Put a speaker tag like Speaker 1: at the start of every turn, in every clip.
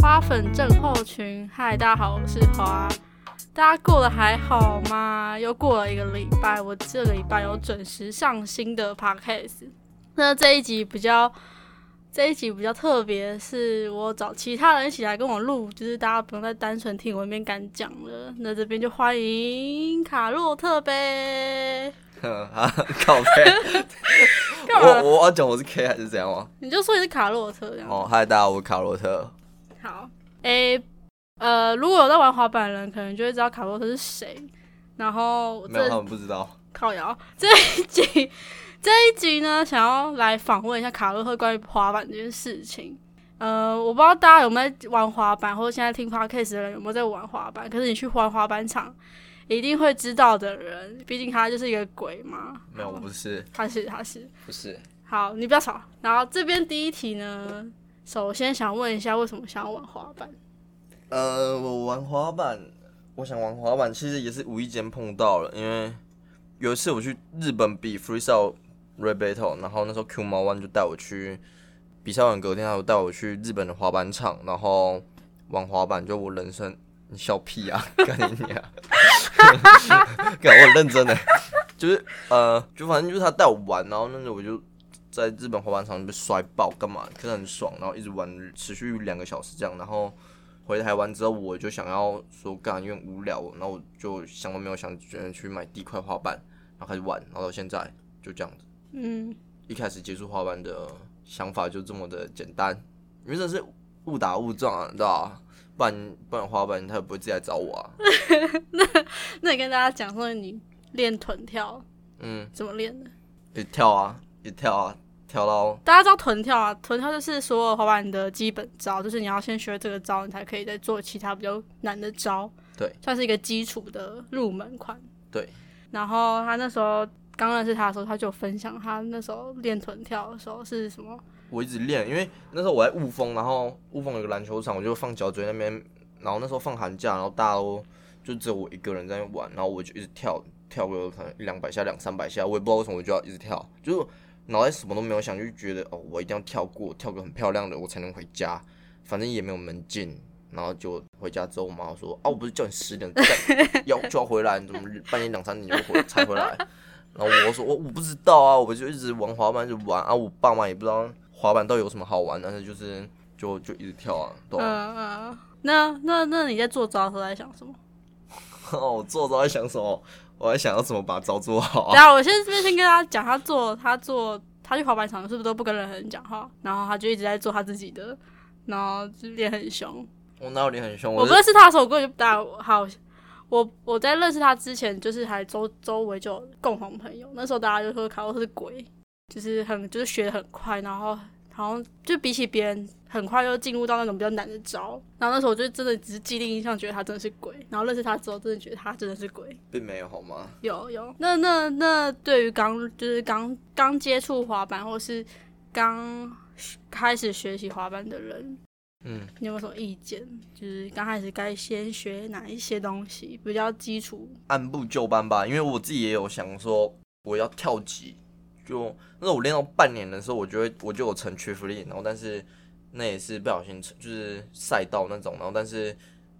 Speaker 1: 花粉症候群，嗨，大家好，我是花。大家过得还好吗？又过了一个礼拜，我这个礼拜有准时上新的 podcast。那这一集比较，这一集比较特别，是我找其他人一起来跟我录，就是大家不用再单纯听我一边敢讲了。那这边就欢迎卡洛特呗。
Speaker 2: 嗯 啊，靠背，
Speaker 1: 干嘛
Speaker 2: 我我要讲我是 K 还是怎样吗？
Speaker 1: 你就说你是卡洛特这样。
Speaker 2: 哦，嗨，大家好，我是卡洛特。
Speaker 1: 好，诶、呃，如果有在玩滑板的人，可能就会知道卡洛特是谁。然后
Speaker 2: 没有，他
Speaker 1: 这
Speaker 2: 们不知道。
Speaker 1: 靠摇这一集，这一集呢，想要来访问一下卡洛特关于滑板这件事情。呃，我不知道大家有没有在玩滑板，或者现在听 podcast 的人有没有在玩滑板。可是你去玩滑板场，一定会知道的人，毕竟他就是一个鬼嘛。
Speaker 2: 没有，我不是，
Speaker 1: 他是他是。
Speaker 2: 不是。
Speaker 1: 好，你不要吵。然后这边第一题呢，首先想问一下，为什么想要玩滑板？
Speaker 2: 呃，我玩滑板，我想玩滑板，其实也是无意间碰到了，因为有一次我去日本比 freestyle rap battle，然后那时候 Q 毛 one 就带我去比赛完隔天，他就带我去日本的滑板场，然后玩滑板，就我人生你笑屁啊，干你娘！ 干我很认真的，欸就是呃，就反正就是他带我玩，然后那时候我就在日本滑板场被摔爆，干嘛？可是很爽，然后一直玩，持续两个小时这样，然后。回台湾之后，我就想要说干，因为无聊，然后我就想都没有想，决定去买第一块滑板，然后开始玩，然后到现在就这样子。
Speaker 1: 嗯，
Speaker 2: 一开始接触滑板的想法就这么的简单，因为这是误打误撞啊，你知道吧？不然不然滑板他也不会自己来找我啊。
Speaker 1: 那你跟大家讲说你练臀跳
Speaker 2: 嗯，
Speaker 1: 怎么练的？
Speaker 2: 一跳啊，一跳啊，跳到
Speaker 1: 大家知道臀跳啊，臀跳就是所有滑板的基本招，就是你要先学这个招，你才可以再做其他比较难的招。
Speaker 2: 对，
Speaker 1: 算是一个基础的入门款。
Speaker 2: 对。
Speaker 1: 然后他那时候刚认识他的时候，他就分享他那时候练臀跳的时候是什么？
Speaker 2: 我一直练，因为那时候我在雾峰，然后雾峰有个篮球场，我就放脚锥那边，然后那时候放寒假，然后大家都就只有我一个人在那边玩，然后我就一直跳跳个可能一两百下、两三百下，我也不知道为什么我就要一直跳，就是脑袋什么都没有想，就觉得哦，我一定要跳过，跳个很漂亮的，我才能回家，反正也没有门禁。然后就回家之后，我妈说：“啊，我不是叫你十点干要就要回来，你怎么半夜两三点就回才回来？”然后我说我我不知道啊，我就一直玩滑板就玩啊，我爸妈也不知道滑板到底有什么好玩，但是就是就就一直跳啊，
Speaker 1: 嗯
Speaker 2: 懂吗？
Speaker 1: 嗯、嗯那那那你在做招的时候在想什么？
Speaker 2: 我做招在想什么？我在想要怎么把招做好啊。
Speaker 1: 然后我先这边先跟大家讲，他做他做他去滑板场是不是都不跟任何人讲话？然后他就一直在做他自己的，然后就练很凶。
Speaker 2: 我哪有脸很凶？
Speaker 1: 我
Speaker 2: 我
Speaker 1: 不
Speaker 2: 是
Speaker 1: 认识他的时候，我根本就不大好。我我在认识他之前，就是还周周围就有共同朋友，那时候大家就说卡洛特是鬼，就是很就是学的很快，然后好像就比起别人很快就进入到那种比较难的招。然后那时候我就真的只是既定印象，觉得他真的是鬼。然后认识他之后，真的觉得他真的是鬼。
Speaker 2: 并没有好吗？
Speaker 1: 有有，那那那对于刚就是刚刚接触滑板或是刚开始学习滑板的人，
Speaker 2: 嗯，
Speaker 1: 你有没有什么意见？就是刚开始该先学哪一些东西比较基础？
Speaker 2: 按部就班吧，因为我自己也有想说我要跳级，就那时候我练到半年的时候，我就会我就有成屈服力，然后但是那也是不小心成就是赛道那种，然后但是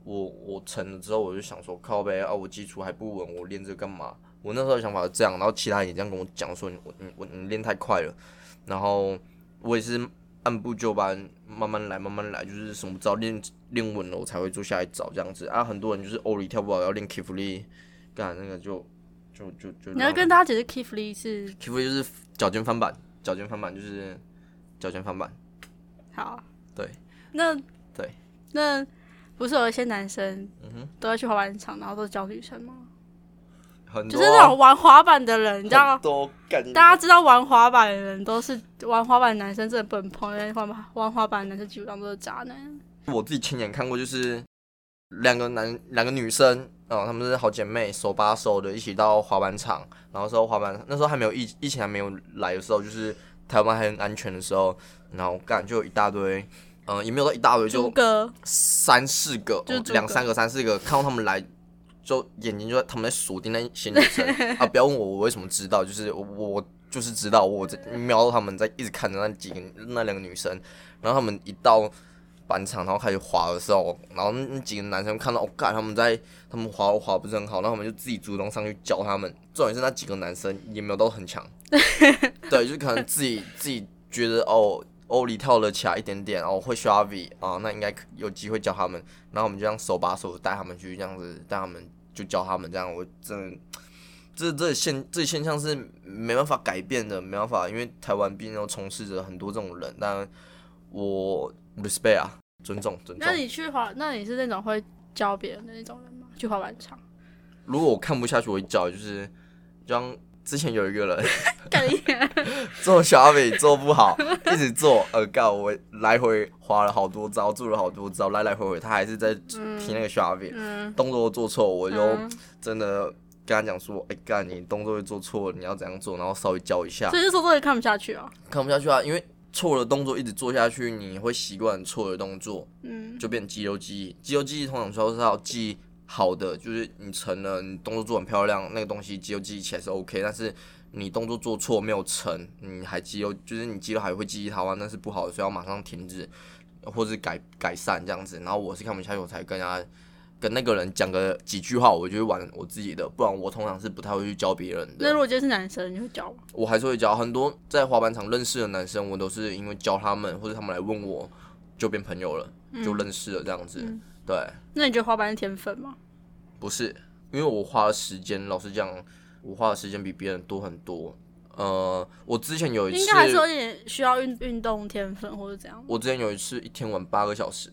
Speaker 2: 我我成了之后，我就想说靠呗啊，我基础还不稳，我练这干嘛？我那时候的想法是这样，然后其他人也这样跟我讲说你我你我你练太快了，然后我也是按部就班，慢慢来，慢慢来，就是什么招练练稳了，我才会做下一招这样子啊。很多人就是欧里跳不好要练 k i f l y 干那个就就就就
Speaker 1: 你要跟大家解释 k i f l y 是
Speaker 2: k i f l y 就是脚尖翻板，脚尖翻板就是脚尖翻板，
Speaker 1: 好，
Speaker 2: 对，
Speaker 1: 那
Speaker 2: 对，
Speaker 1: 那不是有一些男生
Speaker 2: 嗯哼，
Speaker 1: 都要去滑板场，然后都教女生吗？
Speaker 2: 很
Speaker 1: 就
Speaker 2: 多
Speaker 1: 是
Speaker 2: 啊、
Speaker 1: 那种玩滑板的人，你知道
Speaker 2: 很，多干
Speaker 1: 大家知道玩滑板的人都是玩滑板的男生真的不能碰，因为玩玩滑板的男生基本上都是渣男。
Speaker 2: 我自己亲眼看过，就是两个男两个女生，哦、她们是好姐妹，手把手的一起到滑板场，然后说滑板那时候还没有疫疫情还没有来的时候，就是台湾还很安全的时候，然后干就有一大堆，嗯、也没有到一大堆，
Speaker 1: 朱
Speaker 2: 就
Speaker 1: 哥，
Speaker 2: 三四个哦
Speaker 1: 就是，诸葛
Speaker 2: 两、三个三四个，看到他们来。就眼睛就在他们在锁 定那些女生啊！不要问我我为什么知道，就是我我就是知道我在瞄到他们在一直看着那几个那两个女生，然后他们一到板场，然后开始滑的时候，然后那那几个男生看到，我、哦、干他们在他们滑滑不是很好，然后我们就自己主动上去教他们。重点是那几个男生也没有都很强，对，就是可能自己自己觉得哦。欧里跳了起来一点点，然后会刷 V 啊，那应该可有机会教他们。然后我们就这样手把手带他们去，这样子带他们就教他们这样。我真的，这这现这现象是没办法改变的，没办法，因为台湾毕竟都充斥着很多这种人。但我 respect 啊，尊重尊重
Speaker 1: 那。你去滑，那你是那种会教别人的那种人吗？去滑板场？
Speaker 2: 如果我看不下去，我会叫，就是就像之前有一个人，
Speaker 1: 干你娘！
Speaker 2: 做小米做不好，一直做，呃，告我来回花了好多招，做了好多招，来来回回，他还是在踢那个小米，
Speaker 1: 嗯，
Speaker 2: 动作做错，我就
Speaker 1: 嗯
Speaker 2: 真的跟他讲说，哎、干，你动作会做错，你要怎样做，然后稍微教一下
Speaker 1: 所，以那时候真的看不下去啊。
Speaker 2: 看不下去啊，因为错的动作一直做下去，你会习惯错的动作，
Speaker 1: 嗯，
Speaker 2: 就变肌肉记忆，肌肉记忆通常说是要记好的，就是你成了，你动作做很漂亮，那个东西肌肉记忆起来是 OK，但是你动作做错没有成，你还肌肉，就是你肌肉还会记忆它吗？那是不好的，所以要马上停止，或是改改善这样子。然后我是看不下去，我才跟他跟那个人讲个几句话，我就会玩我自己的，不然我通常是不太会去教别人
Speaker 1: 那如
Speaker 2: 的。
Speaker 1: 果今天是男生，你会教吗？
Speaker 2: 我还是会教很多在滑板场认识的男生，我都是因为教他们或者他们来问我就变朋友了，就认识了这样子。
Speaker 1: 嗯
Speaker 2: 对，
Speaker 1: 那你觉得滑板是天分吗？
Speaker 2: 不是，因为我花的时间，老实讲，我花的时间比别人多很多。呃，我之前有一
Speaker 1: 应
Speaker 2: 次
Speaker 1: 该，还是有点需要运运动天分或者怎样。
Speaker 2: 我之前有一次一天玩八个小时，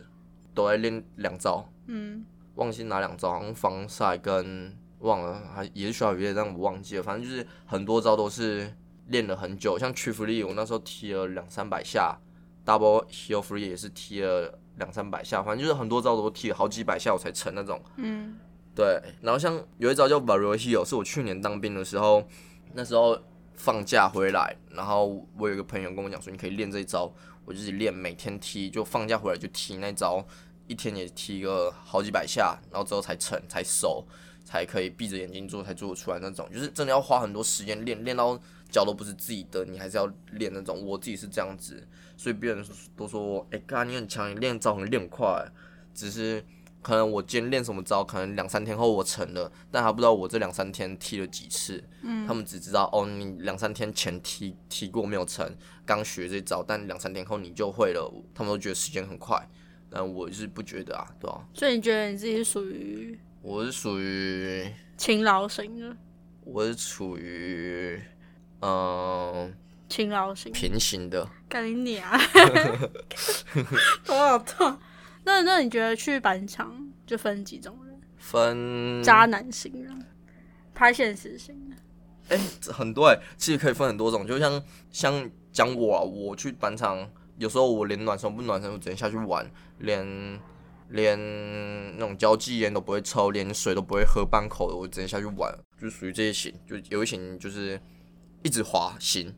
Speaker 2: 都在练两招，
Speaker 1: 嗯，
Speaker 2: 忘记拿两招，好像防晒跟忘了，还也是需要有点，但我忘记了。反正就是很多招都是练了很久，像屈服力，我那时候踢了两三百下，double heel free 也是踢了两三百下，反正就是很多招都踢了好几百下我才成那种。
Speaker 1: 嗯，
Speaker 2: 对，然后像有一招叫 Vario Hero，是我去年当兵的时候，那时候放假回来，然后我有一个朋友跟我讲说，你可以练这一招，我就是练，每天踢，就放假回来就踢那一招，一天也踢个好几百下，然后之后才成，才熟，才可以闭着眼睛做，才做得出来那种，就是真的要花很多时间练，练到脚都不是自己的，你还是要练那种。我自己是这样子，所以别人都说我，哎、哥，你很强，你练招很练很快，只是。可能我今天练什么招，可能两三天后我成了，但他不知道我这两三天踢了几次。嗯，他们只知道哦，你两三天前踢踢过没有成，刚学这招，但两三天后你就会了。他们都觉得时间很快，但我是不觉得啊，对吧、
Speaker 1: 所以你觉得你自己是属于
Speaker 2: 我是属于，
Speaker 1: 勤劳型的，
Speaker 2: 我是处于，嗯，
Speaker 1: 勤劳型。
Speaker 2: 平行的。
Speaker 1: 干你 娘！头好痛。那那你觉得去板场就分几
Speaker 2: 嗯
Speaker 1: 种人？
Speaker 2: 分
Speaker 1: 渣男型人，拍现实型的。
Speaker 2: 哎、这很多哎、其实可以分很多种，就像像讲我、啊，我去板场，有时候我连暖身不暖身，我直接下去玩，连连那种交际烟都不会抽，连水都不会喝半口的，我直接下去玩，就属于这一型，就有一型就是一直滑行。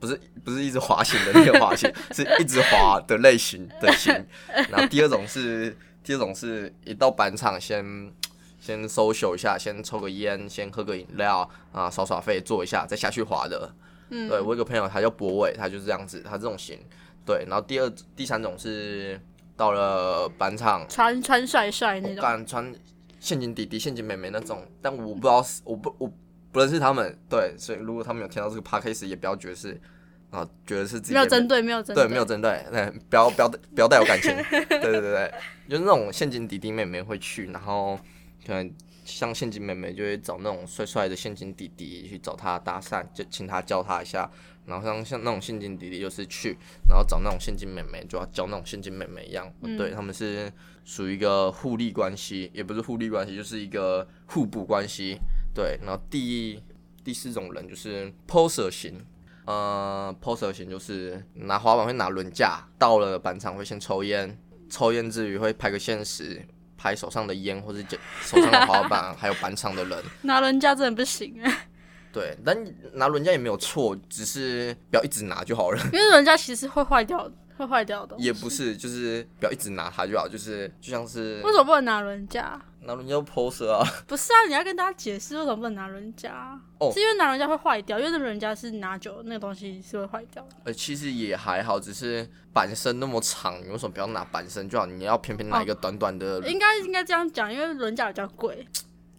Speaker 2: 不是不是一直滑行的那个滑行，是一直滑的类型的型。然后第二种是第二种是一到板场先先 social 一下，先抽个烟，先喝个饮料啊，耍耍废，坐一下，再下去滑的。
Speaker 1: 嗯，
Speaker 2: 对我有个朋友，他叫博伟，他就是这样子，他这种型。对，然后第二、第三种是到了板场，
Speaker 1: 穿穿帅帅那
Speaker 2: 我
Speaker 1: 种。
Speaker 2: 敢穿陷阱弟弟、陷阱妹妹那种，但我不知道是，我不我不认识他们。对，所以如果他们有听到这个 podcast，也不要觉得是啊，觉得是自己
Speaker 1: 没有
Speaker 2: 被
Speaker 1: 针对，没有针
Speaker 2: 对，没有针对，对，不要不要不要带有感情，对对对对，就是那种陷阱弟弟妹妹会去，然后可能像陷阱妹妹就会找那种帅帅的陷阱弟弟去找他搭讪，就请他教他一下，然后像像那种陷阱弟弟就是去，然后找那种陷阱妹妹就要教那种陷阱妹妹一样，对他们是属于一个互利关系，也不是互利关系，就是一个互补关系，对，然后第第四种人就是 poser 型，呃，poser 型就是拿滑板会拿轮架，到了板场会先抽烟，抽烟之余会拍个现实，拍手上的烟或是捡手上的滑板，还有板场的人。
Speaker 1: 拿人家真的不行啊，
Speaker 2: 对，但拿轮架也没有错，只是不要一直拿就好了。
Speaker 1: 因为人家其实会坏掉的，会坏掉的东西。
Speaker 2: 也不是，就是不要一直拿它就好，就是就像是
Speaker 1: 为什么不能拿轮架？
Speaker 2: 拿人家 poser 啊，
Speaker 1: 不是啊，你要跟大家解释为什么不能拿轮夹，
Speaker 2: 哦
Speaker 1: 是因为拿轮夹会坏掉，因为那轮夹是拿久了那个东西是会坏掉的。
Speaker 2: 呃，其实也还好，只是板身那么长，你为什么不要拿板身就好？你要偏偏拿一个短短的，
Speaker 1: 应该应该这样讲，因为轮夹比较贵，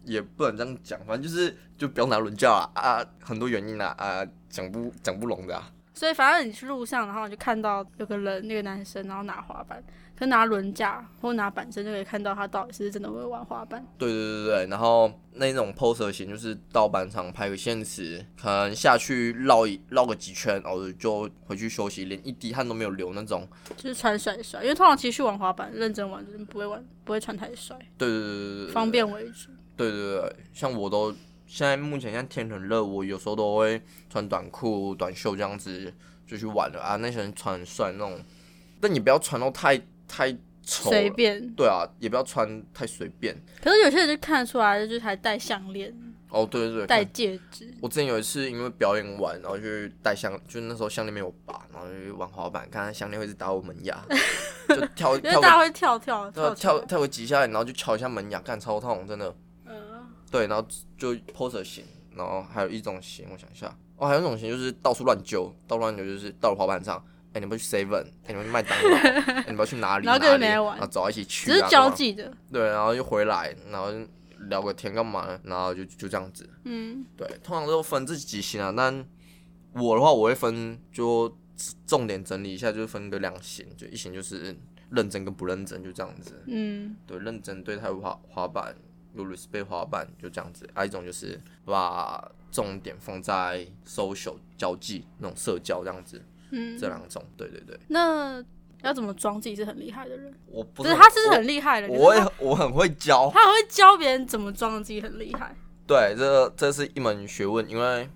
Speaker 2: 也不能这样讲，反正就是就不要拿轮架啊啊，很多原因啊啊，讲不讲不拢的啊。
Speaker 1: 所以反正你去路上，然后你就看到有个人，那个男生，然后拿滑板，可拿轮架或拿板身就可以看到他到底是不是真的会玩滑板。
Speaker 2: 对对对对，然后那种 poser 型就是到板场拍个现实，可能下去绕一绕个几圈，哦就回去休息，连一滴汗都没有流那种。
Speaker 1: 就是穿甩甩，因为通常其实去玩滑板，认真玩就是不会玩，不会穿太甩，
Speaker 2: 对对对对对对，
Speaker 1: 方便为主。
Speaker 2: 对对对，像我都现在目前像天很热，我有时候都会穿短裤、短袖这样子就去玩了啊。那些人穿很帅那种，但你不要穿到太太丑了
Speaker 1: 随便，
Speaker 2: 对啊，也不要穿太随便。
Speaker 1: 可是有些人就看得出来，就是还戴项链、
Speaker 2: 哦，对对对，
Speaker 1: 戴戒指，
Speaker 2: 我之前有一次因为表演完，然后去戴项，就那时候项链没有拔，然后就去玩滑板，看他项链会一直打我门牙，就跳
Speaker 1: 因为
Speaker 2: 跳
Speaker 1: 大家
Speaker 2: 个
Speaker 1: 会跳跳
Speaker 2: 对啊
Speaker 1: 跳
Speaker 2: 跳
Speaker 1: 跳。
Speaker 2: 跳个几下，然后就敲一下门牙，干超痛，真的。
Speaker 1: 嗯
Speaker 2: 对，然后就 poser 型，然后还有一种型，我想一下，哦，还有一种型就是到处乱揪，到处乱揪就是到了滑板上，哎、你们去 seven，哎、你们去麦当劳，哎你们去哪 里？
Speaker 1: 然后
Speaker 2: 哪
Speaker 1: 就
Speaker 2: 里
Speaker 1: 没玩
Speaker 2: 然后找一起去、
Speaker 1: 只
Speaker 2: 啊，
Speaker 1: 是交
Speaker 2: 干嘛，
Speaker 1: 际的，
Speaker 2: 对，然后又回来，然后聊个天干嘛，然后就就这样子，
Speaker 1: 嗯，
Speaker 2: 对，通常都分这几型啊，但我的话我会分就重点整理一下，就是分个两型，就一型就是认真跟不认真，就这样子，
Speaker 1: 嗯，
Speaker 2: 对，认真对待滑滑板，有 respect 滑板，就这样子。还、有一种就是把重点放在 social 交际那种社交这样子，
Speaker 1: 嗯
Speaker 2: 这两种，对对对，
Speaker 1: 那要怎么装自己是很厉害的人？
Speaker 2: 我不
Speaker 1: 就是是他是很啊厉害的，
Speaker 2: 我，
Speaker 1: 可
Speaker 2: 我
Speaker 1: 是
Speaker 2: 也我很会教
Speaker 1: 他，他很会教别人怎么装自己很厉害。
Speaker 2: 对，这这是一门学问，因为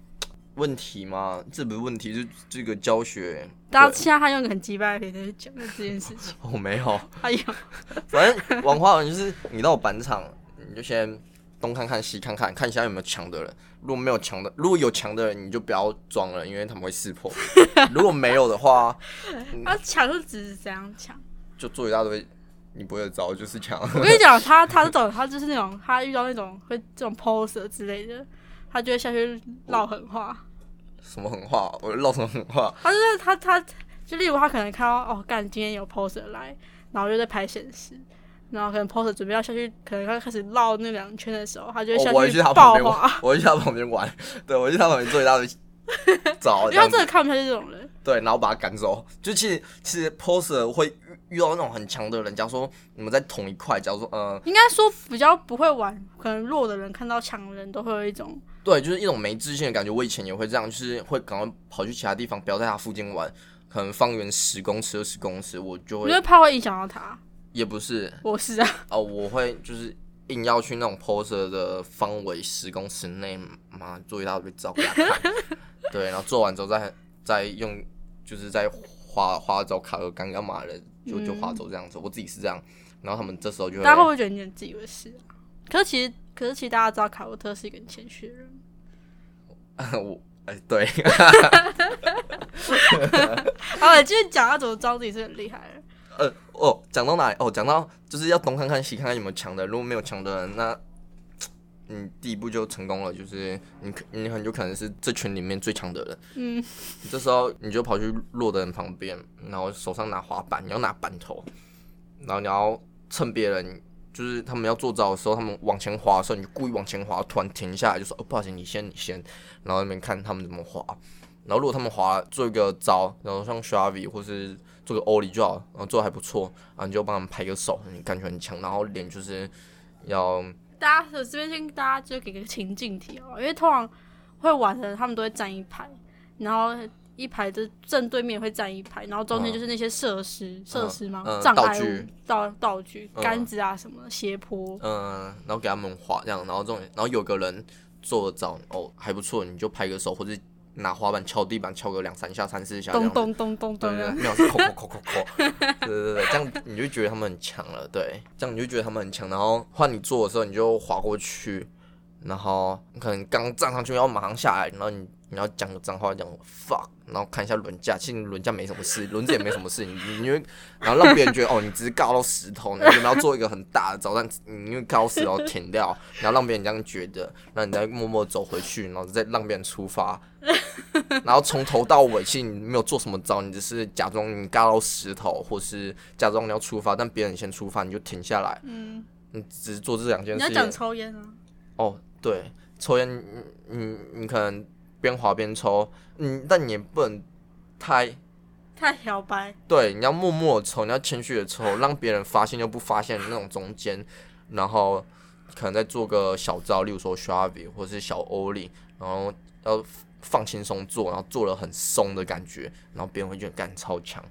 Speaker 2: 问题嘛，这不是问题，是这个教学，
Speaker 1: 大家
Speaker 2: 对
Speaker 1: 现在他用一个很鸡巴的脸在讲这件事 情，
Speaker 2: 我哦没有，
Speaker 1: 哎呦，
Speaker 2: 反正玩滑板就是你到板场，你就先东看看西看看，看一下有没有强的人。如果没有强的，如果有强的人，你就不要装了，因为他们会 识破。如果没有的话，
Speaker 1: 他抢就只是这样抢。
Speaker 2: 就做一大堆你不会的招，就是强。
Speaker 1: 我跟你讲，他他这种他就是那种他遇到那种会这种 poser 之类的，他就会下去唠狠话。
Speaker 2: 什么狠话，我唠什么狠话？
Speaker 1: 他就是他他就例如他可能看到哦，干今天有 poser 来，然后就在拍显示，然后可能 poser 准备要下去，可能他开始绕那两圈的时候，他就会
Speaker 2: 哦
Speaker 1: 下
Speaker 2: 我会去他旁
Speaker 1: 爆
Speaker 2: 边
Speaker 1: 滑
Speaker 2: 玩，，我会去他旁边玩，对，我会去他旁边做一大堆 招，
Speaker 1: 因为他
Speaker 2: 这样子
Speaker 1: 真的看不下去这种人。
Speaker 2: 对，然后把他赶走。就其实其实 poser 会遇遇到那种很强的人，假如说你们在同一块，假如说嗯。呃
Speaker 1: 应该说比较不会玩，可能弱的人看到强的人都会有一种
Speaker 2: 对，就是一种没自信的感觉。我以前也会这样，就是会赶快跑去其他地方，不要在他附近玩。可能方圆十公尺、二十公尺，我就
Speaker 1: 我
Speaker 2: 会
Speaker 1: 觉得怕会影响到他。
Speaker 2: 也不是
Speaker 1: 我是啊，
Speaker 2: 哦，我会就是硬要去那种 poser 的方围十公尺内，妈做一大堆照给他看。 对，然后做完之后再再用，就是在花花走卡个干干嘛的，就就划走这样子。我自己是这样，然后他们这时候就
Speaker 1: 嗯大家会不
Speaker 2: 会
Speaker 1: 会觉得你很自以为是啊？可是其实，可是其实大家知道卡洛特是一个很谦虚的人，
Speaker 2: 我哎、对，
Speaker 1: 好了，继续讲他怎么装自己是很厉害的人。
Speaker 2: 呃，哦，讲到哪里？哦，讲到就是要东看看西看看有没有强的，如果没有强的人，那你第一步就成功了，就是你可你很有可能是这群里面最强的人。
Speaker 1: 嗯，
Speaker 2: 你这时候你就跑去弱的人旁边，然后手上拿滑板，你要拿板头，然后你要趁别人就是他们要做招的时候，他们往前滑的时候，你就故意往前滑，突然停下来，就说：“哦，不好意思，你先，你先。”然后那边看他们怎么滑。然后如果他们滑做一个招，然后像 Shavi 或是做个 Ollie 就好，然后做的还不错，然后你就帮他们拍个手，你感觉很强，然后脸就是要
Speaker 1: 大家我这边先大家就给个情境题哦，因为通常会玩的人他们都会站一排，然后一排的正对面会站一排，然后中间就是那些设施，设、施吗？
Speaker 2: 嗯
Speaker 1: 障碍
Speaker 2: 道
Speaker 1: 物
Speaker 2: 具、
Speaker 1: 道道具、
Speaker 2: 嗯
Speaker 1: 杆子啊什么的，斜坡。
Speaker 2: 嗯，然后给他们滑这样，然后这种，然后有个人做得早哦还不错，你就拍个手或者拿滑板敲地板敲个两三下、三四下这样
Speaker 1: 咚
Speaker 2: 子，
Speaker 1: 咚咚咚
Speaker 2: 嗯
Speaker 1: 咚
Speaker 2: 对对
Speaker 1: 的
Speaker 2: 对，，秒是扣扣扣扣扣，对对对，这样你就觉得他们很强了，对，这样你就觉得他们很强，然后换你做的时候你就滑过去，然后你可能刚站上去要马上下来，然后你。你要讲个脏话，讲 fuck，然后看一下轮架，其实轮架没什么事，轮子也没什么事，你你因为然后让别人觉得哦，你只是尬到石头，你为什么要做一个很大的招，让你因为尬到石头停掉，然后让别人这样觉得，然后你再默默走回去，然后再让别人出发，然后从头到尾其实你没有做什么招，你只是假装你尬到石头，或是假装你要出发，但别人先出发，你就停下来，
Speaker 1: 嗯，
Speaker 2: 你只是做这两件
Speaker 1: 你
Speaker 2: 事
Speaker 1: 要
Speaker 2: 情。
Speaker 1: 讲抽烟啊，
Speaker 2: 哦，对，抽烟，你你你可能边滑边抽，嗯，但你也不能太
Speaker 1: 太摇摆，
Speaker 2: 对，你要默默地抽，你要谦虚的抽，让别人发现又不发现的那种中间，然后可能再做个小招，例如说 shabby 或是小欧力，然后要放轻松做，然后做了很松的感觉，然后别人会觉得干超强。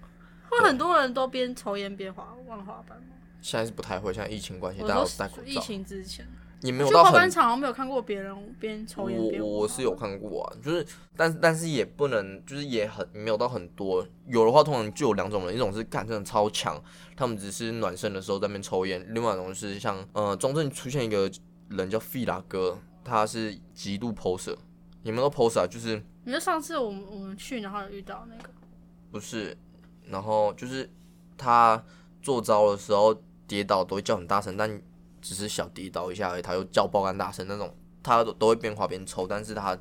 Speaker 1: 会很多人都边抽烟边滑玩滑板吗？
Speaker 2: 现在是不太会，现在疫情关系，
Speaker 1: 我
Speaker 2: 大家
Speaker 1: 说
Speaker 2: 都戴口
Speaker 1: 疫
Speaker 2: 罩，
Speaker 1: 情之前，
Speaker 2: 也没有
Speaker 1: 去
Speaker 2: 到
Speaker 1: 滑
Speaker 2: 很
Speaker 1: 板场好像没有看过别人边抽烟边滑。
Speaker 2: 我我是有看过啊，就是但但是也不能，就是也很没有到很多。有的话，通常就有两种人，一种是干真的超强，他们只是暖身的时候在那边抽烟；，另外一种是像呃中正出现一个人叫费拉哥，他是极度 poser，你们都 poser 啊，就是
Speaker 1: 你说上次我们我们去，然后有遇到那个，
Speaker 2: 不是，然后就是他做招的时候跌倒都会叫很大声，但只是小跌倒一下而已，他又叫爆肝大声那种，他都都会边滑边抽，但是他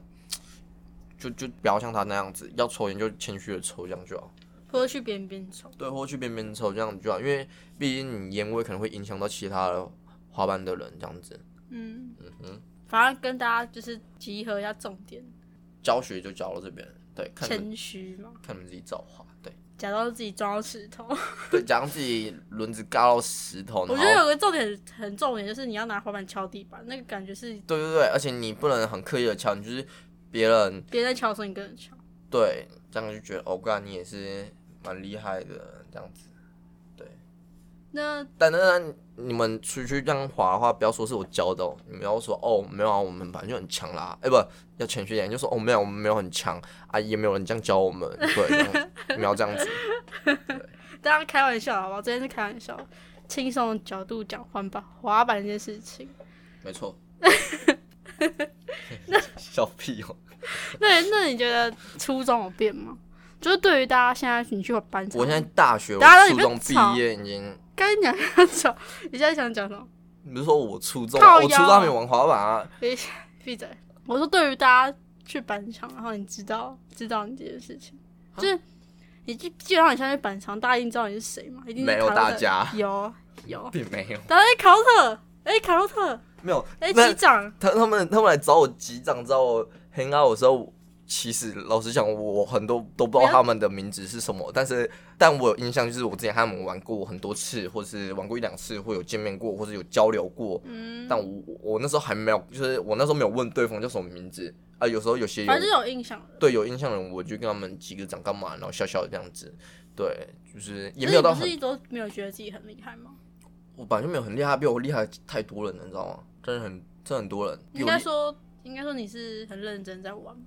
Speaker 2: 就就不要像他那样子，要抽烟就谦虚的抽这样就好，
Speaker 1: 或者去别人边抽，
Speaker 2: 对，或去边边抽这样就好，因为毕竟你烟味可能会影响到其他的滑板的人这样子，
Speaker 1: 嗯，
Speaker 2: 嗯哼，
Speaker 1: 反正跟大家就是集合一下重点，
Speaker 2: 教学就教到这边，对，看你们
Speaker 1: 谦虚嘛，
Speaker 2: 看你们自己造化，对，
Speaker 1: 假装自己装到石头。
Speaker 2: 对，假装自己轮子嘎到石头，
Speaker 1: 我
Speaker 2: 然
Speaker 1: 觉
Speaker 2: 后。
Speaker 1: 得有个重点很重点，就是你要拿滑板敲地板，那个感觉是
Speaker 2: 对对对，而且你不能很刻意的敲，你就是别人
Speaker 1: 别人在敲的时候你跟着敲。
Speaker 2: 对，这样就觉得哦，干你也是蛮厉害的这样子。
Speaker 1: 那
Speaker 2: 但当然，你们出去这样滑的话，不要说是我教的、哦，你们要说哦，没有啊，我们本来就很强啦。哎、不要谦虚一点，就说哦，没有，我们没有很强啊，也没有人这样教我们，对，这样你们要这样子。
Speaker 1: 大家开玩笑好不好？这边是开玩笑，轻松的角度讲滑板滑板这件事情。
Speaker 2: 没 错。笑屁哦！
Speaker 1: 那那你觉得初中有变吗？就是对于大家现在你去班上，
Speaker 2: 我现在大学，
Speaker 1: 大家
Speaker 2: 我
Speaker 1: 都
Speaker 2: 初
Speaker 1: 不要
Speaker 2: 中
Speaker 1: 吵
Speaker 2: 毕业已经，
Speaker 1: 跟你讲要吵，你现在想讲什么？
Speaker 2: 你不是说我初中，
Speaker 1: 靠
Speaker 2: 我初中
Speaker 1: 腰
Speaker 2: 还没玩滑板啊，
Speaker 1: 闭闭嘴！ 我说对于大家去板场，然后你知道知道你这件事情，就是你基基本上你现在去板场，大家一定知道你是谁嘛？一定是
Speaker 2: 没有
Speaker 1: 卡洛
Speaker 2: 大
Speaker 1: 特
Speaker 2: 家
Speaker 1: 有 有，
Speaker 2: 并没有，
Speaker 1: 大家卡洛特，哎、卡洛特，
Speaker 2: 没有。
Speaker 1: 哎、
Speaker 2: 那
Speaker 1: 机长，
Speaker 2: 他他们他们来找我击掌，找我 hang out 的时候，其实老实讲，我很多都不知
Speaker 1: 没
Speaker 2: 道
Speaker 1: 有
Speaker 2: 他们的名字是什么，但是但我有印象，就是我之前和他们玩过很多次，或是玩过一两次，或有见面过，或是有交流过。
Speaker 1: 嗯，
Speaker 2: 但我我我那时候还没有，就是我那时候没有问对方叫什么名字啊。有时候有些有
Speaker 1: 反正就是有印象的。
Speaker 2: 对有印象的人，我就跟他们击个掌干嘛，然后笑笑这样子。对，就是也
Speaker 1: 可是
Speaker 2: 没有
Speaker 1: 你
Speaker 2: 到
Speaker 1: 不是
Speaker 2: 很，
Speaker 1: 一直都没有觉得自己很厉害吗？
Speaker 2: 我本来就没有很厉害，比我厉害太多人了，你知道吗？真的很真的很多人。比
Speaker 1: 应
Speaker 2: 我厉
Speaker 1: 该说，应该说你是很认真在玩吧，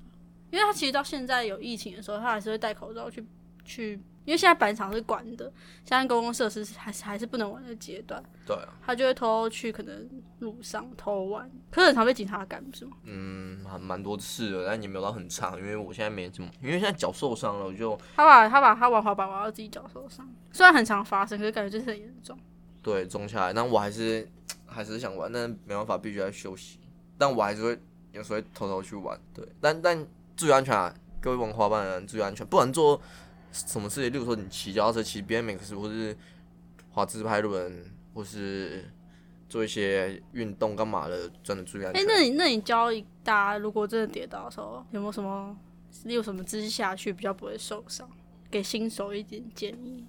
Speaker 1: 因为他其实到现在有疫情的时候，他还是会戴口罩去去，因为现在板场是管的，现在公共设施是还是还是不能玩的阶段，
Speaker 2: 对啊，
Speaker 1: 他就会偷偷去可能路上偷玩，可是很常被警察赶，不是吗？
Speaker 2: 嗯，还蛮多次了，但也没有到很长，因为我现在没怎么，因为现在脚受伤了，我就
Speaker 1: 他把他把他玩滑板玩到自己脚受伤，虽然很常发生，可是感觉就是很严 重。
Speaker 2: 对中下来，但我还是还是想玩，但是没办法，必须要休息。但我还是会有时候会偷偷去玩，对，但但注意安全啊，各位玩滑板的人注意安全，不能做什么事情，例如说你骑脚踏车、骑 BMX 或是滑自拍轮，或是做一些运动干嘛的，真的注意安
Speaker 1: 哎、
Speaker 2: 全。
Speaker 1: 那你那你教大家，如果真的跌倒的时候，有没有什么，你有什么姿势下去比较不会受伤？给新手一点建议。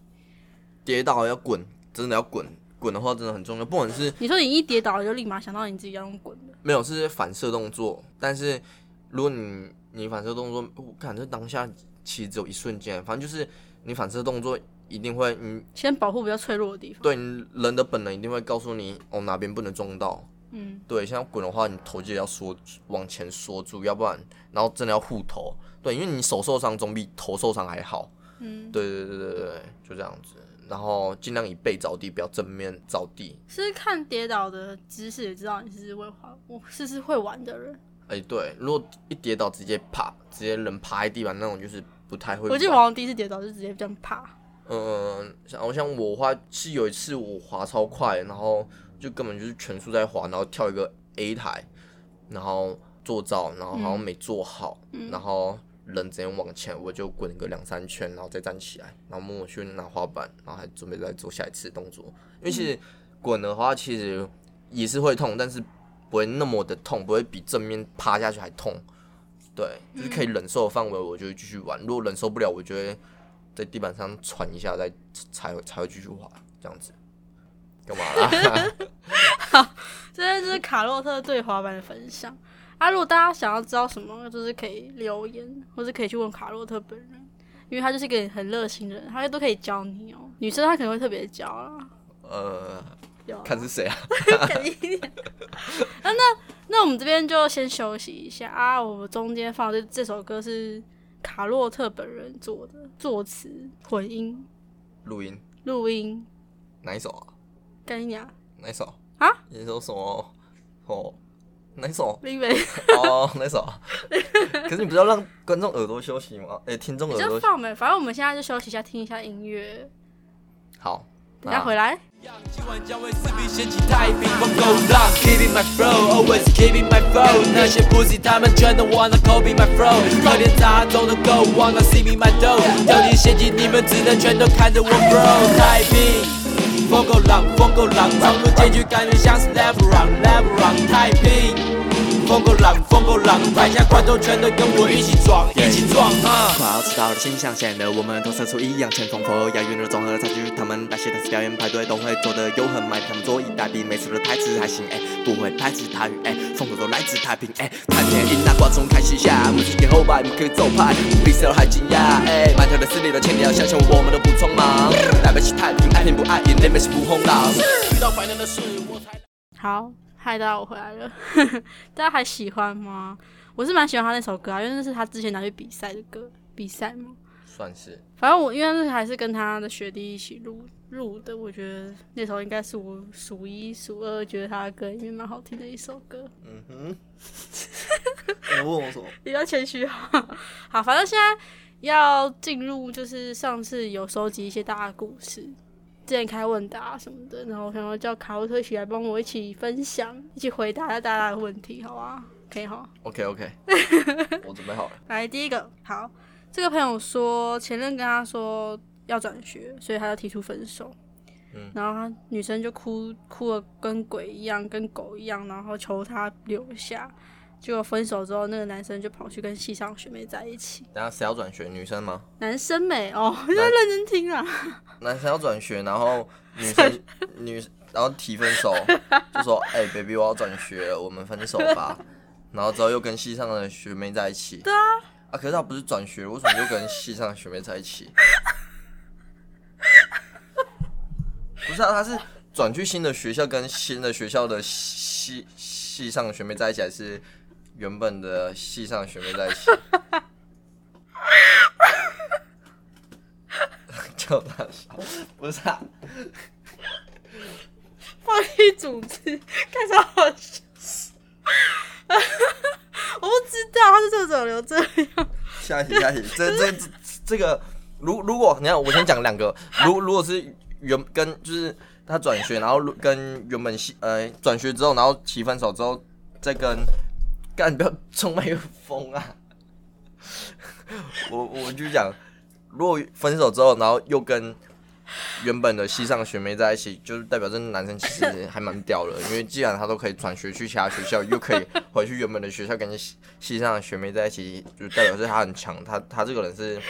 Speaker 2: 跌倒要滚，真的要滚，滚的话真的很重要，不管是
Speaker 1: 你说你一跌倒就立马想到你自己要用滚的，
Speaker 2: 没有，是反射动作。但是如果你你反射动作，我感觉当下其实只有一瞬间，反正就是你反射动作一定会，你
Speaker 1: 先保护比较脆弱的地方。
Speaker 2: 对你人的本能一定会告诉你哦哪边不能撞到。
Speaker 1: 嗯，
Speaker 2: 对，像滚的话，你头记得要缩往前缩住，要不然然后真的要护头。对，因为你手受伤总比头受伤还好。
Speaker 1: 嗯，
Speaker 2: 对对对对对对，就这样子。然后尽量以背着地，不要正面着地。
Speaker 1: 是看跌倒的姿势也知道你是会滑，我是是会玩的人。
Speaker 2: 哎、对，如果一跌倒直接啪，直接人趴在地板那种，就是不太会玩。
Speaker 1: 我记得我好像第一次跌倒就直接这样啪，
Speaker 2: 嗯，像我像我滑是有一次我滑超快，然后就根本就是全速在滑，然后跳一个 A 台，然后做照，然后好像没做好，然后人直接往前，我就滚个两三圈，然后再站起来，然后默默去拿滑板，然后还准备再做下一次动作。因为其实滚的话，其实也是会痛，但是不会那么的痛，不会比正面趴下去还痛。对，就是可以忍受的范围，我就会继续玩。如果忍受不了，我就会在地板上喘一下，再才会才会继续滑这样子。干嘛啦？
Speaker 1: 这就是卡洛特对滑板的分享。啊，如果大家想要知道什么，就是可以留言，或是可以去问卡洛特本人，因为他就是一个很热心的人，他都可以教你哦。女生她可能会特别教啦，
Speaker 2: 呃，
Speaker 1: 有啊
Speaker 2: 看是谁啊？
Speaker 1: 肯定。 啊，那那我们这边就先休息一下啊。我们中间放的这这首歌是卡洛特本人做的，作词、混音、
Speaker 2: 录音
Speaker 1: 录音，
Speaker 2: 哪一首啊？
Speaker 1: 跟你讲，
Speaker 2: 哪一首
Speaker 1: 啊？？
Speaker 2: 你说什么？哦，哪一首
Speaker 1: 林北
Speaker 2: 哦， 哪一首啊？可是你不是要让观众耳朵休息吗？哎、听众
Speaker 1: 你
Speaker 2: 耳
Speaker 1: 就
Speaker 2: 朵
Speaker 1: 放呗，反正我们现在就休息一下，听一下音乐，
Speaker 2: 好，
Speaker 1: 等一下
Speaker 2: 那
Speaker 1: 回来。
Speaker 3: 今晚将会四壁掀起太平风狗浪，Keeping my flow, always keeping my flow。那些不羁他们全都 wanna copy my flow，快点砸都能够 wanna see me my dough。要你陷阱，你们只能全都看着我 bro。太平风狗浪，风狗浪，闯入结局感觉像是 never run, never run。太平风狗浪，风狗浪，拍下罐头全都跟我一起撞，一起撞啊！
Speaker 4: 快要迟到的现象，显得我们都射出一样前锋佛押韵的综合差距。他们那些台词表演排队都会做的有很埋，他们做一大笔，每次的台词还行哎，不会排斥台语哎，风格都来自太平哎，看电影那瓜从开始下，我们是点后排，我们可以走派，比赛还惊讶哎，满条的私立的千里要相信我们都不匆忙，台北是太平，爱拼不爱赢，那边是不轰浪。
Speaker 3: 遇到烦人的事，我才。
Speaker 1: 好，嗨，大家，我回来了。 大家还喜欢吗？我是蛮喜欢他那首歌啊，因为那是他之前拿去比赛的歌，比赛嘛。
Speaker 2: 算是
Speaker 1: 反正我因为那是还是跟他的学弟一起录录的，我觉得那首应该是我数一数二，觉得他的歌里面蛮好听的一首歌。
Speaker 2: 嗯哼。 你问我什么？
Speaker 1: 比较谦虚哈。 好，反正现在要进入，就是上次有收集一些大家的故事，之前开问答什么的，然后我想要叫卡洛特许来帮我一起分享，一起回答一下大家的问题，好啊，可以哈。
Speaker 2: OK OK，我准备好了。
Speaker 1: 来，第一个，好，这个朋友说前任跟他说要转学，所以他就提出分手。
Speaker 2: 嗯
Speaker 1: 然后他女生就哭哭的跟鬼一样，跟狗一样，然后求他留下。结果分手之后，那个男生就跑去跟系上学妹在一起。
Speaker 2: 等下谁要转学？女生吗？
Speaker 1: 男生美哦，我要认真听啊。
Speaker 2: 男生要转学，然 后女生女然后提分手，就说：“哎、b a b y 我要转学了，我们分手吧。”然后之后又跟系上的学妹在一起。对啊，啊，可是他不是转学，为什么又跟系上的学妹在一起？不是啊，他是转去新的学校，跟新的学校的系系上的学妹在一起，还是原本的系上的学妹在一 起？叫他笑，不是啊。
Speaker 1: 暴力组织，看着好笑。 我不知道他是这种留这样，
Speaker 2: 下一题，下一题，这这这这个，如如果你看，我先讲两个，如如果是原跟就是他转学，然后如跟原本系呃转学之后，然后提分手之后，再跟干你不要冲麦克风啊！ 我我就讲，如果分手之后，然后又跟原本的系上学妹在一起，就是代表这男生其实还蛮屌的，因为既然他都可以转学去其他学校，又可以回去原本的学校跟系系上的学妹在一起，就代表是他很强，他他这个人是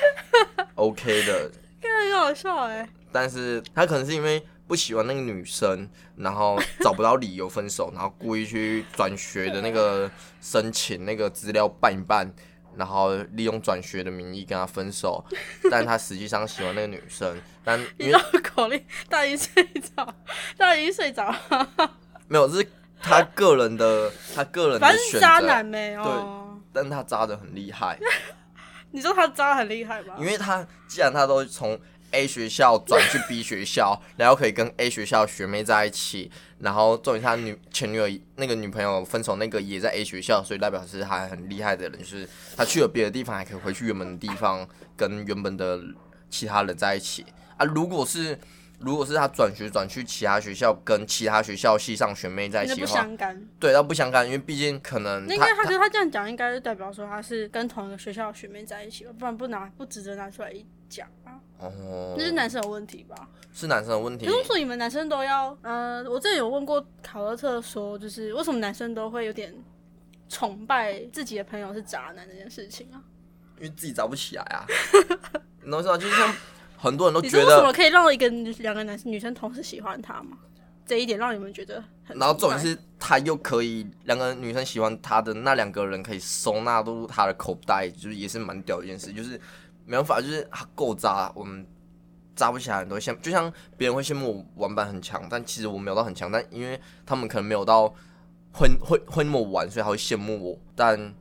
Speaker 2: OK 的，
Speaker 1: 看着很好笑哎、
Speaker 2: 但是他可能是因为不喜欢那个女生，然后找不到理由分手，然后故意去转学的那个申请那个资料办一办，然后利用转学的名义跟她分手，但他实际上喜欢那个女生，但
Speaker 1: 你
Speaker 2: 因为
Speaker 1: 绕口令，大姨睡着，大姨睡着，
Speaker 2: 没有，这是他个人的，他个人
Speaker 1: 反
Speaker 2: 的
Speaker 1: 正是
Speaker 2: 选
Speaker 1: 渣男
Speaker 2: 择。
Speaker 1: 没哦。
Speaker 2: 但他渣的很厉害，
Speaker 1: 你说他渣很厉害吧？
Speaker 2: 因为他既然他都从 A A 学校转去 B 学校，然后可以跟 A 学校学妹在一起，然后作为他女前女友那个女朋友分手那个也在 A 学校，所以代表是他很厉害的人，就是他去了别的地方还可以回去原本的地方跟原本的其他人在一起啊。如果是如果是他转学转去其他学校跟其他学校系上学妹在一
Speaker 1: 那
Speaker 2: 起
Speaker 1: 不
Speaker 2: 的话，
Speaker 1: 相干。
Speaker 2: 对，他不相干，因为毕竟可能
Speaker 1: 那应该他觉得他这样讲，应该就代表说他是跟同一个学校的学妹在一起吧，不然不拿不值得拿出来一讲啊，
Speaker 2: 哦嗯
Speaker 1: 那是男生有问题吧？
Speaker 2: 是男生的问题
Speaker 1: 可是为什么你们男生都要？呃，我之前有问过考勒特说，就是为什么男生都会有点崇拜自己的朋友是渣男这件事情啊？
Speaker 2: 因为自己找不起来啊。你懂我意思吗？就是像很多人都
Speaker 1: 你
Speaker 2: 觉
Speaker 1: 说为什么
Speaker 2: 得，
Speaker 1: 可以让一个女两个男女生同时喜欢他吗？这一点让你们觉得很
Speaker 2: 然后重点
Speaker 1: 崇拜
Speaker 2: 是他又可以两个女生喜欢他的那两个人可以收纳入他的口袋，就是也是蛮屌的一件事。就是没办法，就是他够渣，我们渣不起来很多羡慕，就像别人会羡慕我玩板很强，但其实我没有到很强，但因为他们可能没有到会会会那么玩，所以他会羡慕我，但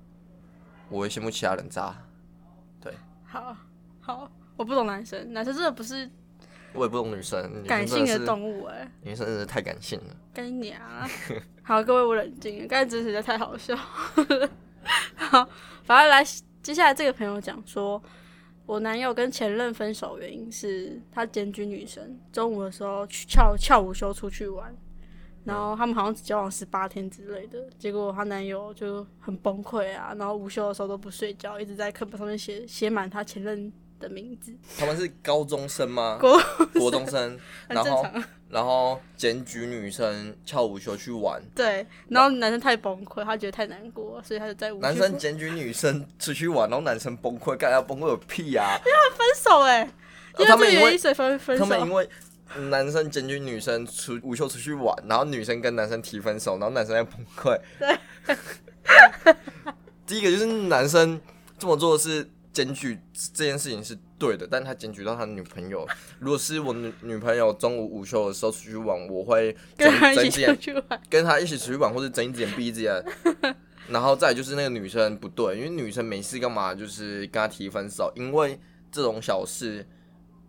Speaker 2: 我会羡慕其他人渣。
Speaker 1: 好好，我不懂男生，男生真的不是
Speaker 2: 我也不懂女生，女
Speaker 1: 感
Speaker 2: 生
Speaker 1: 性
Speaker 2: 真
Speaker 1: 的
Speaker 2: 的是
Speaker 1: 动物哎、
Speaker 2: 女生真的是太感性了。
Speaker 1: 干你娘啊！好，各位我冷静了，刚才真的实在太好笑。好，反正来，接下来这个朋友讲说，我男友跟前任分手原因是他检举女生，中午的时候去翘翘午休出去玩，然后他们好像只交往十八天之类的，结果她男友就很崩溃啊，然后午休的时候都不睡觉，一直在课本上面写写满他前任的名字，
Speaker 2: 他们是高中生吗？
Speaker 1: 国
Speaker 2: 国中生，
Speaker 1: 很
Speaker 2: 然
Speaker 1: 正
Speaker 2: 后
Speaker 1: 常。啊
Speaker 2: 然后检举女生翘午休去玩，
Speaker 1: 对，然后男生太崩溃，他觉得太难过，所以他就在午休
Speaker 2: 男生检举女生出去玩，然后男生崩溃，干要崩溃有屁啊！
Speaker 1: 分手哎、 因为
Speaker 2: 哦他
Speaker 1: 这
Speaker 2: 们
Speaker 1: 个
Speaker 2: 因
Speaker 1: 原
Speaker 2: 为
Speaker 1: 因所以分分
Speaker 2: 他们因
Speaker 1: 手。
Speaker 2: 为男生检举女生出午休出去玩，然后女生跟男生提分手，然后男生在崩溃。
Speaker 1: 对。
Speaker 2: 第一个就是男生这么做是检举这件事情是对的，但他检举到他女朋友。如果是我女女朋友中午午休的时候出去玩，我会
Speaker 1: 跟他
Speaker 2: 睁
Speaker 1: 一
Speaker 2: 一只
Speaker 1: 起出
Speaker 2: 眼
Speaker 1: 去玩，
Speaker 2: 跟他一起出去玩，或者睁一只眼闭一只眼。然后再来就是那个女生不对，因为女生没事干嘛就是跟他提分手，因为这种小事，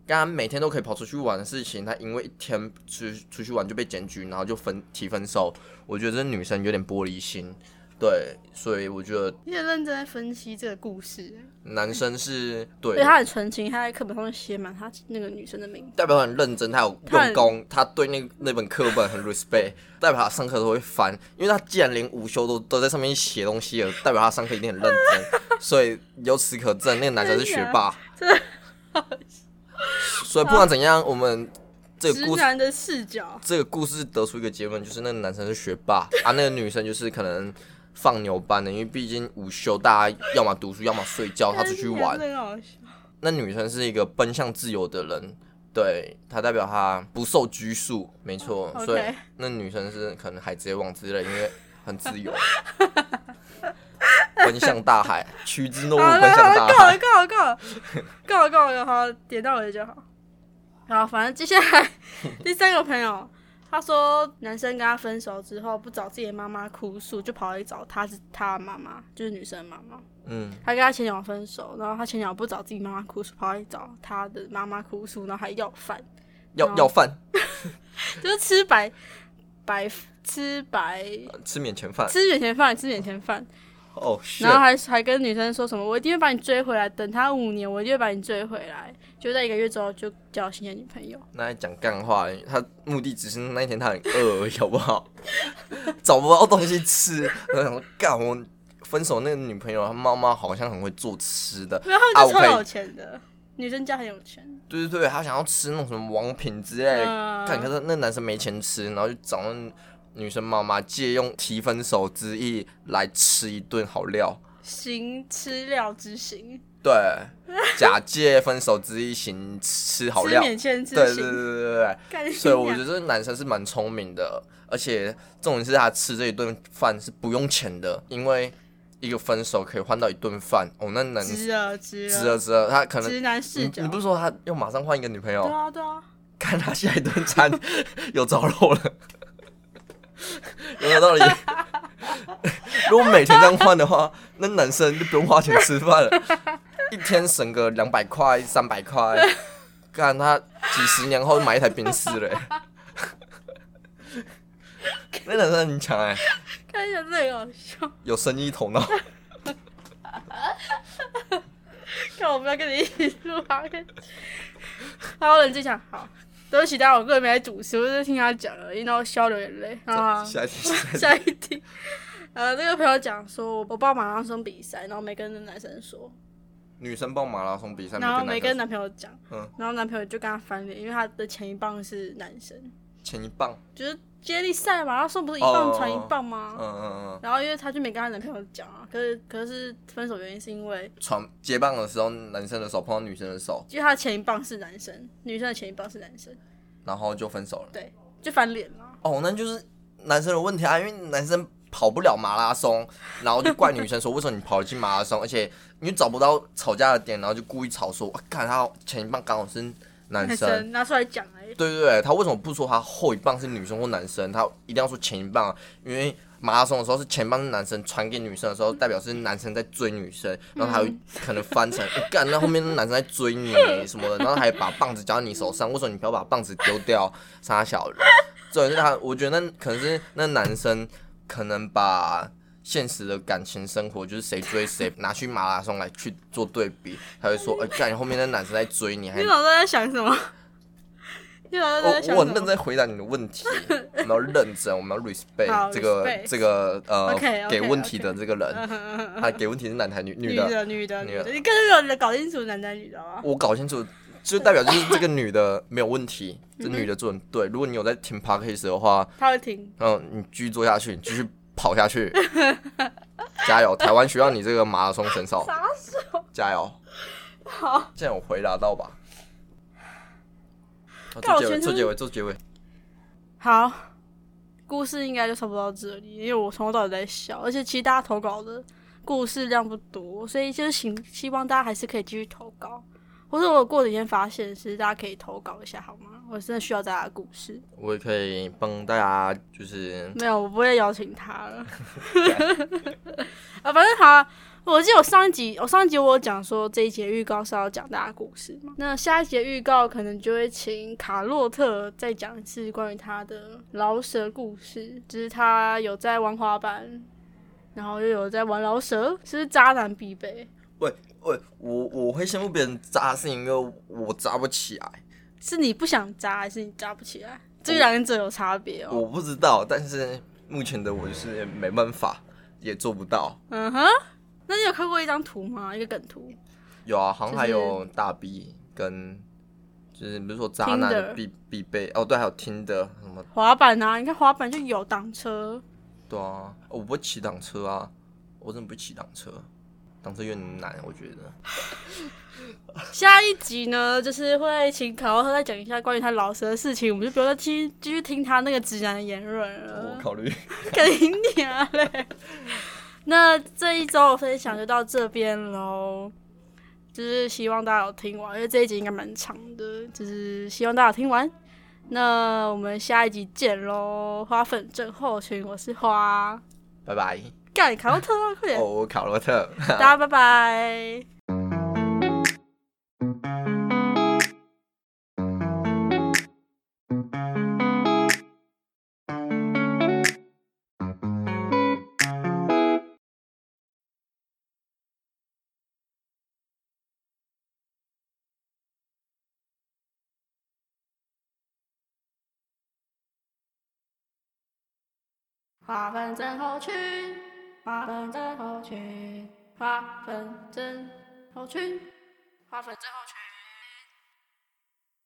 Speaker 2: 刚刚每天都可以跑出去玩的事情，她因为一天出出去玩就被检举，然后就分提分手。我觉得这女生有点玻璃心，对，所以我觉得
Speaker 1: 你很认真在分析这个故事，欸
Speaker 2: 男生是对
Speaker 1: 对他很纯情，他在课本上面写满他那个女生的名字。
Speaker 2: 代表很认真，他有
Speaker 1: 他很
Speaker 2: 用功，他对那那本课本很 respect，代表他上课都会翻，因为他既然连午休都都在上面写东西了，代表他上课一定很认 真，所以由此可证，那个男生是学霸。
Speaker 1: 真的
Speaker 2: 所以不管怎样，我们这个
Speaker 1: 直
Speaker 2: 故事
Speaker 1: 男的视角，
Speaker 2: 这个故事得出一个结论，就是那个男生是学霸啊，那个女生就是可能放牛班的，因为毕竟午休大家要么读书，要么睡觉，他出去玩
Speaker 1: 干你娘。真的好笑。
Speaker 2: 那女生是一个奔向自由的人，对她代表她不受拘束，没错。
Speaker 1: OK
Speaker 2: 所以那女生是可能海贼王之类，因为很自 由，奔向大海，趋之若鹜，
Speaker 1: 好
Speaker 2: 奔
Speaker 1: 了好
Speaker 2: 向
Speaker 1: 了，
Speaker 2: 大
Speaker 1: 够了
Speaker 2: 海。
Speaker 1: 够了够了够了够了，好，点到为止就好。然后反正接下来第三个朋友，他说男生跟他分手之后不找自己的妈妈哭诉，就跑来找他是他的妈妈，就是女生的妈妈。
Speaker 2: 嗯，
Speaker 1: 他跟他前女友分手，然后他前女友不找自己妈妈哭诉，跑来找他的妈妈哭诉，然后还要饭，
Speaker 2: 要要饭，
Speaker 1: 就是吃白白吃白
Speaker 2: 吃免钱饭。
Speaker 1: 吃眼前饭，吃眼前饭，
Speaker 2: 哦，
Speaker 1: 然后还还跟女生说什么我一定会把你追回来，等他五年我一定会把你追回来，就在一个月之后就交新的女朋友，
Speaker 2: 那还讲干话，他目的只是那一天他很饿而已，好不好？ 找不到东西吃，我想说干我分手那个女朋友，她妈妈好像很会做吃的，
Speaker 1: 没有他
Speaker 2: 啊
Speaker 1: 们
Speaker 2: 我
Speaker 1: 就
Speaker 2: 可以
Speaker 1: 超有钱的，女生家很有钱，
Speaker 2: 对对对，他想要吃那种什么王品之类的，
Speaker 1: 嗯
Speaker 2: 看、可是那男生没钱吃，然后就找那女生妈妈借用提分手之意来吃一顿好料，
Speaker 1: 行吃料之行，
Speaker 2: 对，假借分手之意行吃好
Speaker 1: 吃
Speaker 2: 料，
Speaker 1: 免欠之
Speaker 2: 对对
Speaker 1: 行，
Speaker 2: 对对对
Speaker 1: 干
Speaker 2: 对，
Speaker 1: 你
Speaker 2: 所以我
Speaker 1: 娘
Speaker 2: 觉得这男生是蛮聪明的，而且重点是他吃这一顿饭是不用钱的，因为一个分手可以换到一顿饭，哦，那男
Speaker 1: 值了值
Speaker 2: 值
Speaker 1: 了
Speaker 2: 了值了，他可能
Speaker 1: 直男
Speaker 2: 你
Speaker 1: 视角，
Speaker 2: 你不是说他要马上换一个女朋友
Speaker 1: 对？啊对啊。
Speaker 2: 看他下一顿餐有着落了，有没有道理？如果每天这样换的话，那男生就不用花钱吃饭了，一天省个两百块、三百块，干他几十年后买一台宾士嘞、那男生很强哎、
Speaker 1: 看起来真的很好哦笑。
Speaker 2: 有生意头脑。
Speaker 1: 看我不要跟你一起录啊！好，我冷静一下。好，对不起，大家，我根本没来主持，我就听他讲而已，然后笑流眼泪啊。
Speaker 2: 下一题， 下一题
Speaker 1: 下一题。呃，这个朋友讲说，我报马拉松比赛，然后没跟男生说，
Speaker 2: 女生报马拉松比赛，
Speaker 1: 然后没
Speaker 2: 没
Speaker 1: 跟
Speaker 2: 跟
Speaker 1: 男
Speaker 2: 男
Speaker 1: 朋友讲，
Speaker 2: 嗯
Speaker 1: 然后男朋友就跟他翻脸，因为他的前一棒是男生，
Speaker 2: 生前一棒，
Speaker 1: 就是接力赛马拉松不是一
Speaker 2: 哦
Speaker 1: 棒传一棒吗？
Speaker 2: 嗯嗯嗯，
Speaker 1: 然后因为她就没跟她男朋友讲啊，可是可是分手原因是因为，
Speaker 2: 传接棒的时候，男生的手碰到女生的手，
Speaker 1: 因为她的前一棒是男生，女生的前一棒是男生，
Speaker 2: 然后就分手了。
Speaker 1: 对，就翻脸嘛。
Speaker 2: 哦，那就是男生的问题啊，因为男生跑不了马拉松，然后就怪女生说为什么你跑得进马拉松，而且你又找不到吵架的点，然后就故意吵说，啊，看他前一棒刚好是男
Speaker 1: 男
Speaker 2: 生。
Speaker 1: 生拿出来讲而已。
Speaker 2: 对对对，他为什么不说他后一棒是女生或男生？他一定要说前一棒、啊，因为马拉松的时候是前棒是男生传给女生的时候，代表是男生在追女生，然后还有可能翻成，我、干，那后面那男生在追你什么的，然后还把棒子交到你手上，为什么你不要把棒子丢掉？傻小人，重点是他，我觉得那可能是那男生可能把。现实的感情生活就是谁追谁，拿去马拉松来去做对比，他会说：“哎、干，后面那男生在追你，还
Speaker 1: 你老师在想什么？ 你老师在想
Speaker 2: 我我
Speaker 1: 什
Speaker 2: 很
Speaker 1: 么？
Speaker 2: 认真回答你的问 题，我们要认真，我们要 respect
Speaker 1: 好
Speaker 2: 这个
Speaker 1: respect
Speaker 2: 这个呃
Speaker 1: OK，OK，
Speaker 2: 给问题的这个人，
Speaker 1: 真。
Speaker 2: 他给问题是男还女
Speaker 1: 女
Speaker 2: 女的，
Speaker 1: 的，女的，
Speaker 2: 女
Speaker 1: 女
Speaker 2: 的
Speaker 1: 的，你跟人搞清楚男男女的啊。
Speaker 2: 我搞清楚，就代表就是这个女的没有 问题，
Speaker 1: 嗯
Speaker 2: 这女的做得很对。如果你有在听 podcast 的话，
Speaker 1: 他会听，
Speaker 2: 嗯，你继续做下去，你继续跑 下去，加油！台湾需要你这个马拉松选手，
Speaker 1: 傻手。
Speaker 2: 加油！
Speaker 1: 好，
Speaker 2: 这样我回答到吧？好
Speaker 1: 但
Speaker 2: 做
Speaker 1: 我
Speaker 2: 结尾，
Speaker 1: 全
Speaker 2: 做
Speaker 1: 身
Speaker 2: 结尾，做结尾。
Speaker 1: 好，故事应该就差不多到这里，因为我从头到尾在笑，而且其实大家投稿的故事量不多，所以就是请希望大家还是可以继续投稿，或者我过几天发现，其实大家可以投稿一下好吗？我真的需要大家的故事，
Speaker 2: 我也可以帮大家，就是
Speaker 1: 没有，我不会邀请他了。啊，反正好、啊，我记得我上一集，我上一集我有讲说这一节预告是要讲大家故事嘛，那下一节预告可能就会请卡洛特再讲一次关于他的老蛇故事，就是他有在玩滑板，然后又有在玩老蛇，这是渣男必备，
Speaker 2: 喂喂，我我会羡慕别人扎，是因为我扎不起来。
Speaker 1: 是你不想渣还是你渣不起来？这两者有差别哦。
Speaker 2: 我不知道，但是目前的我就是没办法，也做不到。
Speaker 1: 嗯哼，那你有看过一张图吗？一个梗图，
Speaker 2: 有啊，好像
Speaker 1: 就是
Speaker 2: 还有大 B 跟，就是比如说渣
Speaker 1: Tinder
Speaker 2: 男必必备哦，对，还有听的什么，
Speaker 1: 滑板啊，你看滑板就有挡车，
Speaker 2: 对啊，我不会骑挡车啊，我真的不会骑挡车，挡车有点难，我觉得。
Speaker 1: 下一集呢，就是会请卡洛特再讲一下关于他老师的事情，我们就不要再听继续听他那个直男的言论
Speaker 2: 我
Speaker 1: 了，
Speaker 2: 考虑，
Speaker 1: 肯定啊嘞。那这一周的分享就到这边喽，就是希望大家有听完，因为这一集应该蛮长的，就是希望大家有听完。那我们下一集见喽！花粉症候群，我是花，
Speaker 2: 拜拜。
Speaker 1: 干卡洛特啊，快点，
Speaker 2: 哦，我考洛特。
Speaker 1: 大家拜拜。 花粉症候群，花粉症候群，花粉症候群，花粉症候群。